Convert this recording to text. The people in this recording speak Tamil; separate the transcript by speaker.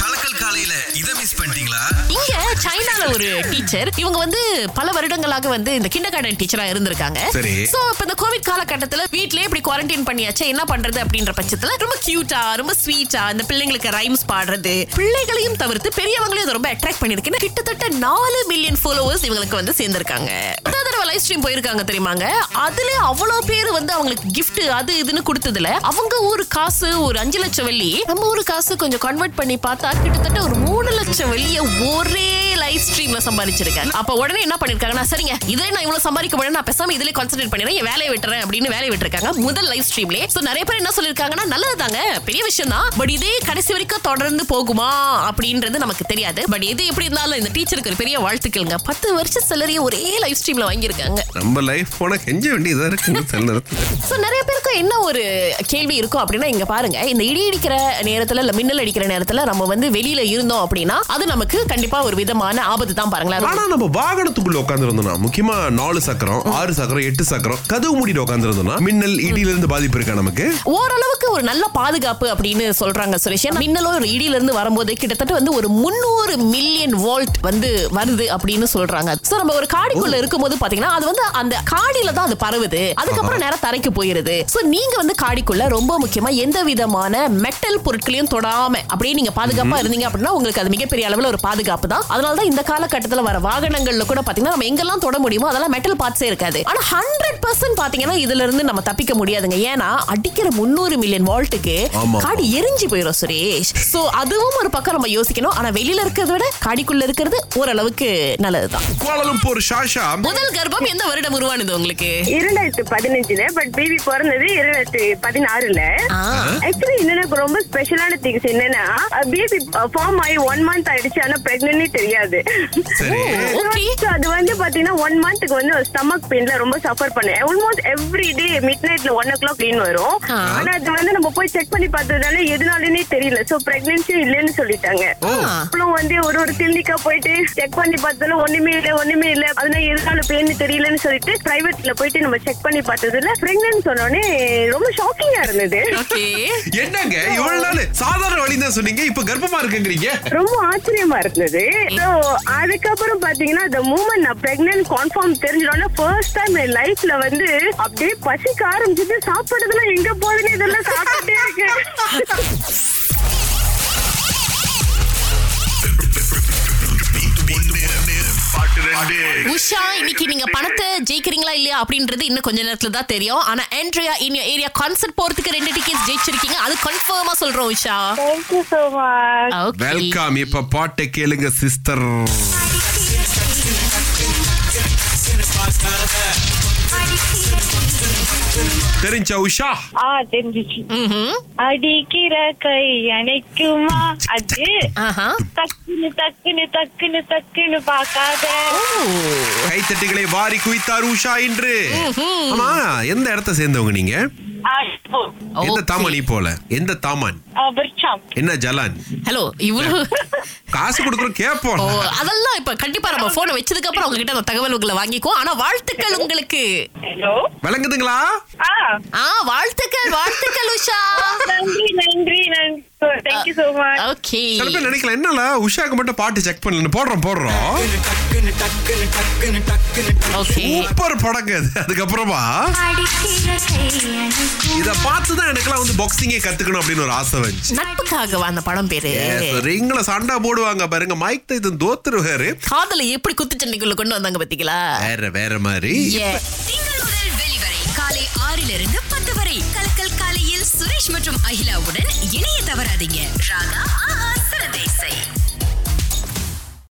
Speaker 1: கலக்கல் காலையில இத மிஸ் பண்ணிட்டீங்களா
Speaker 2: இங்க சைனால ஒரு டீச்சர் இவங்க வந்து பல வருடங்களாக வந்து இந்த கிண்டர் கார்டன் டீச்சரா இருந்திருக்காங்க
Speaker 1: சரி.
Speaker 2: சோ இப்ப இந்த கோவிட் காலகட்டத்துல வீட்லயே இப்படி குவாரண்டைன் பண்ணியாச்சு என்ன பண்றது அப்படின்ற பட்சத்துல ரொம்ப கியூட்டா ரொம்ப ஸ்வீட்டா இந்த பிள்ளைங்களுக்கு ரைம்ஸ் பாடுறது பிள்ளைகளையும் தவிர்த்து பெரியவங்களையும் இது ரொம்ப அட்ராக்ட் பண்ணிருக்குன்னு கிட்டத்தட்ட நாலு மில்லியன் ஃபாலோவர்ஸ் இவங்களுக்கு வந்து சேர்ந்திருக்காங்க முதல் தடவை லைவ் ஸ்ட்ரீம் போயிருக்காங்க தெரியுமாங்க அதுல அவ்வளவு பேர் வந்து அவங்களுக்கு gift அது இதுன்னு கொடுத்ததுல அவங்க ஊர் காசு ஒரு அஞ்சு லட்சம் வெள்ளி நம்ம ஊர் காசு கொஞ்சம் கன்வெர்ட் பண்ணி பார்த்தா கிட்டத்தட்ட ஒரு மூணு லட்சம் வெள்ளிய ஒரே லைவ் ஸ்ட்ரீம்ல சம்பாதிச்சிருக்காங்க அப்ப உடனே என்ன பண்ணிருக்காங்கன்னா சரிங்க இதே நான் இவ்வளவு சம்பாதிக்க முடியும் நான் பேசாம இதுலயே கான்சென்ட்ரேட் பண்ணிடுறேன் என் வேலையை விட்டுறேன் அப்படின்னு வேலையை விட்டுருக்காங்க முதல் லைவ் ஸ்ட்ரீம்லே சோ நிறைய பேர் என்ன சொல்லிருக்காங்கன்னா நல்லது தாங்க பெரிய விஷயம் தான் பட் இதே கடைசி வரைக்கும் தொடர்ந்து போகுமா அப்படின்றது நமக்கு தெரியாது பட் எது எப்படி இருந்தாலும் இந்த டீச்சருக்கு ஒரு பெரிய வாழ்த்துக்கள்ங்க பத்து வருஷம் சிலரையும் ஒரே லைவ் ஸ்ட்ரீம்ல வாங்கியிருக்காங்க
Speaker 3: நம்ம லைஃப் போனா கெஞ்ச வேண்டியதா இருக்குங்க சில நேரத்துல
Speaker 2: ஸோ நிறைய பேருக்கு என்ன ஒரு கேள்வி இருக்கும் அப்படின்னா இங்க பாருங்க இந்த இடி இடிக்கிற நேரத்துல இல்ல மின்னல் அடிக்கிற நேரத்துல நம்ம வந்து வெளியில இருந்தோம் அப்படின்னா அது நமக்கு கண்டிப்பா ஒரு விதமான ஆபத்து தான் பாருங்களேன்
Speaker 3: ஆனா நம்ம வாகனத்துக்குள்ள உட்காந்துருந்தோம்னா முக்கியமா நாலு சக்கரம் ஆறு சக்கரம் எட்டு சக்கரம் கதவு மூடிட்டு உட்காந்துருந்தோம்னா மின்னல் இடியில இருந்து பாதிப்பு இருக்கா நமக்கு
Speaker 2: ஓரளவுக்கு ஒரு நல்ல பாதுகாப்பு அப்படின்னு சொல்றாங்க சுரேஷ் ஏன்னா மின்னலும் ஒரு இடியில இருந்து வரும்போது கிட்டத்தட்ட வந்து ஒரு முந்நூறு மில்லியன் வோல்ட் வந்து வருது அப்படின்னு சொல்றாங்க சோ நம்ம ஒரு காடிக்குள்ள இருக்கும்போது பாத்தீங்கன்னா அது வந்து அந்த காடியில தான் அது பரவுது அதுக்கப்புறம் நேரம் தரைக்கு போயிருது சோ நீங்க வந்து காடிக்குள்ள ரொம்ப முக்கியமா எந்த விதமான மெட்டல் பொருட்களையும் தொடாம அப்படியே நீங்க பாதுகாப்பா இருந்தீங்க அப்படின்னா உங்களுக்கு அது மிகப்பெரிய அளவுல ஒரு பாதுகாப்பு தான் அதனால தான் இந்த காலகட்டத்துல வர வாகனங்கள்ல கூட பாத்தீங்கன்னா நம்ம எங்கெல்லாம் தொட முடியுமோ அதெல்லாம் மெட்டல் பார்ட்ஸே இருக்காது ஆனா ஹண்ட்ரட் பர்சன்ட் பாத்தீங்கன்னா இதுல இருந்து நம்ம தப்பிக்க முடியாதுங்க ஏன்னா அடிக்கிற முந்நூறு மில்லியன் வால்ட்டுக்கு
Speaker 3: ஆமா.
Speaker 2: காடி எரிஞ்சு போயிடும் சுரேஷ் சோ அதுவும் ஒரு பக்கம் நம்ம யோசிக்கணும் ஆனா வெளியில இருக்கிறத விட காடிக்குள்ள இருக்கிறது ஓரளவுக்கு நல்லதுதான்
Speaker 3: கோலம்பூர் ஷாஷா
Speaker 2: முதல் கர்ப்பம் எந்த வருடம் உருவானது உங்களுக்கு
Speaker 4: இரண்டாயிரத்து பதினஞ்சுல பட் பேபி பிறந்தது இரண்டாயிரத்து பதினாறுல
Speaker 2: ஆ.
Speaker 4: ஆக்சுவலி என்னன்னா ரொம்ப ஸ்பெஷலான திங்ஸ் என்னன்னா பேபி ஃபார்ம் ஆகி ஒன் மந்த் ஆயிடுச்சு ஆனா பிரெக்னன்ட் தெரியாது
Speaker 3: சரி
Speaker 2: ஓகே
Speaker 4: So, அது வந்து பாத்தீங்கன்னா ஒன் மந்த்துக்கு வந்து ஸ்டமக் பெயின்ல ரொம்ப சஃபர் பண்ணேன் ஆல்மோஸ்ட் எவ்ரி டே மிட் நைட்ல ஒன் ஓ கிளாக் பெயின் வரும்
Speaker 2: ஆ.
Speaker 4: ஆனா அது வந்து நம்ம போய் செக் பண்ணி பார்த்ததுனால எதுனாலுமே தெரியல சோ பிரெக்னன்சி இல்லைன்னு சொல்லிட்டாங்க
Speaker 3: ஓ.
Speaker 4: அப்புறம் வந்து ஒரு ஒரு கிளினிக்கா போயிட்டு செக் பண்ணி பார்த்தாலும் ஒண்ணுமே இல்ல ஒண்ணுமே இல்ல அதனால எதுனால பெயின் தெரியலன்னு சொல்லிட்டு பிரைவேட்ல போயிட்டு நம்ம செக் பண்ணி பார்த்ததுல பிரெக்னன்ட் சொன்னோடனே ரொம்ப ஷாக்கிங்கா இருந்தது
Speaker 2: ஓகே
Speaker 3: என்னங்க இவ்வளவு நாள் சாதாரண வழி தான் சொன்னீங்க இப்ப கர்ப்பமா இருக்குங்கிறீங்க
Speaker 4: ரொம்ப ஆச்சரியமா இருந்தது சோ அதுக்கப்புறம் பாத்தீங்கன்னா அந்த மூமெண்ட் நான் பிரெக்னன்ட் கன்ஃபார்ம் தெரிஞ்சோடனே ஃபர்ஸ்ட் டைம் என் லைஃப்ல வந்து அப்படியே பசிக்க ஆரம்பிச்சது சாப்பிடுறதுலாம் எங்க போகுதுன்னு இதெல்லாம் சாப்பிட்டே இருக்கேன்
Speaker 2: உஷா இன்னைக்கு நீங்க பணத்தை ஜெயிக்கிறீங்களா இல்லையா அப்படின்றது இன்னும் கொஞ்ச நேரத்துல தான் தெரியும் ஆனா ஆண்ட்ரியா இன் ஏரியா கான்சர்ட் போறதுக்கு ரெண்டு டிக்கெட்ஸ் ஜெயிச்சிருக்கீங்க அது கன்ஃபார்மா சொல்றோம் Usha
Speaker 4: thank you so much
Speaker 2: Okay.
Speaker 3: Welcome இப்ப பாட்டை கேளுங்க சிஸ்டர் தெரிஞ்சா உஷா
Speaker 4: ஆ தெரிஞ்சிச்சு
Speaker 2: ம்ஹும்.
Speaker 4: அடிக்கிற கை அணைக்குமா அது
Speaker 2: ஆஹா.
Speaker 4: டக்குன்னு டக்குன்னு டக்குன்னு டக்குன்னு பார்க்காத
Speaker 3: கைத்தட்டிகளை வாரி குவித்தார் உஷா இன்று ஆமா எந்த இடத்த சேர்ந்தவங்க நீங்க எந்த தாமணி போல எந்த தாமான்
Speaker 4: விருச்சம்
Speaker 3: என்ன ஜலான்
Speaker 2: ஹலோ இவ்வளவு
Speaker 3: காசு கொடுக்குறோம்
Speaker 2: ஓ,
Speaker 3: கேட்போம்
Speaker 2: அதெல்லாம் இப்ப கண்டிப்பா நம்ம போனை வச்சதுக்கு அப்புறம் உங்ககிட்ட அந்த தகவல்களை வாங்கிக்குவோம் ஆனா வாழ்த்துக்கள் உங்களுக்கு
Speaker 4: ஹலோ
Speaker 3: விளங்குதுங்களா
Speaker 4: ஆ
Speaker 2: ஆ வாழ்த்துக்கள் வாழ்த்துக்கள் உஷா
Speaker 4: நன்றி நன்றி நன்றி தேங்க்யூ சோ மச்
Speaker 2: ஓகே
Speaker 3: சில பேர் நினைக்கல என்னல உஷாக்கு மட்டும் பாட்டு செக் பண்ணல போடுறோம் போடுறோம்
Speaker 2: ஓகே
Speaker 3: சூப்பர் படங்க அது அதுக்கப்புறமா இத பார்த்து தான் எனக்குலாம் வந்து பாக்ஸிங்கே கத்துக்கணும் அப்படின்னு ஒரு ஆசை வந்துச்சு
Speaker 2: நட்புக்காகவா அந்த படம் பேரு
Speaker 3: ரிங்ல சண்டை போடுவாங்க பாருங்க மைக் டைத்தன் தோத்துருவாரு
Speaker 2: காதல எப்படி குத்துச்சண்டைக்குள்ள கொண்டு வந்தாங்க பாத்தீங்களா
Speaker 3: வேற வேற மாதிரி
Speaker 2: Yeah.
Speaker 5: திங்கள் முதல் வெளிவரை காலை ஆறிலிருந்து பத்து வரை கலக்கல் காலையில் சுரேஷ் மற்றும் அகிலாவுடன் இணைய தவறாதீங்க ராகா ஆஹா சரதேசை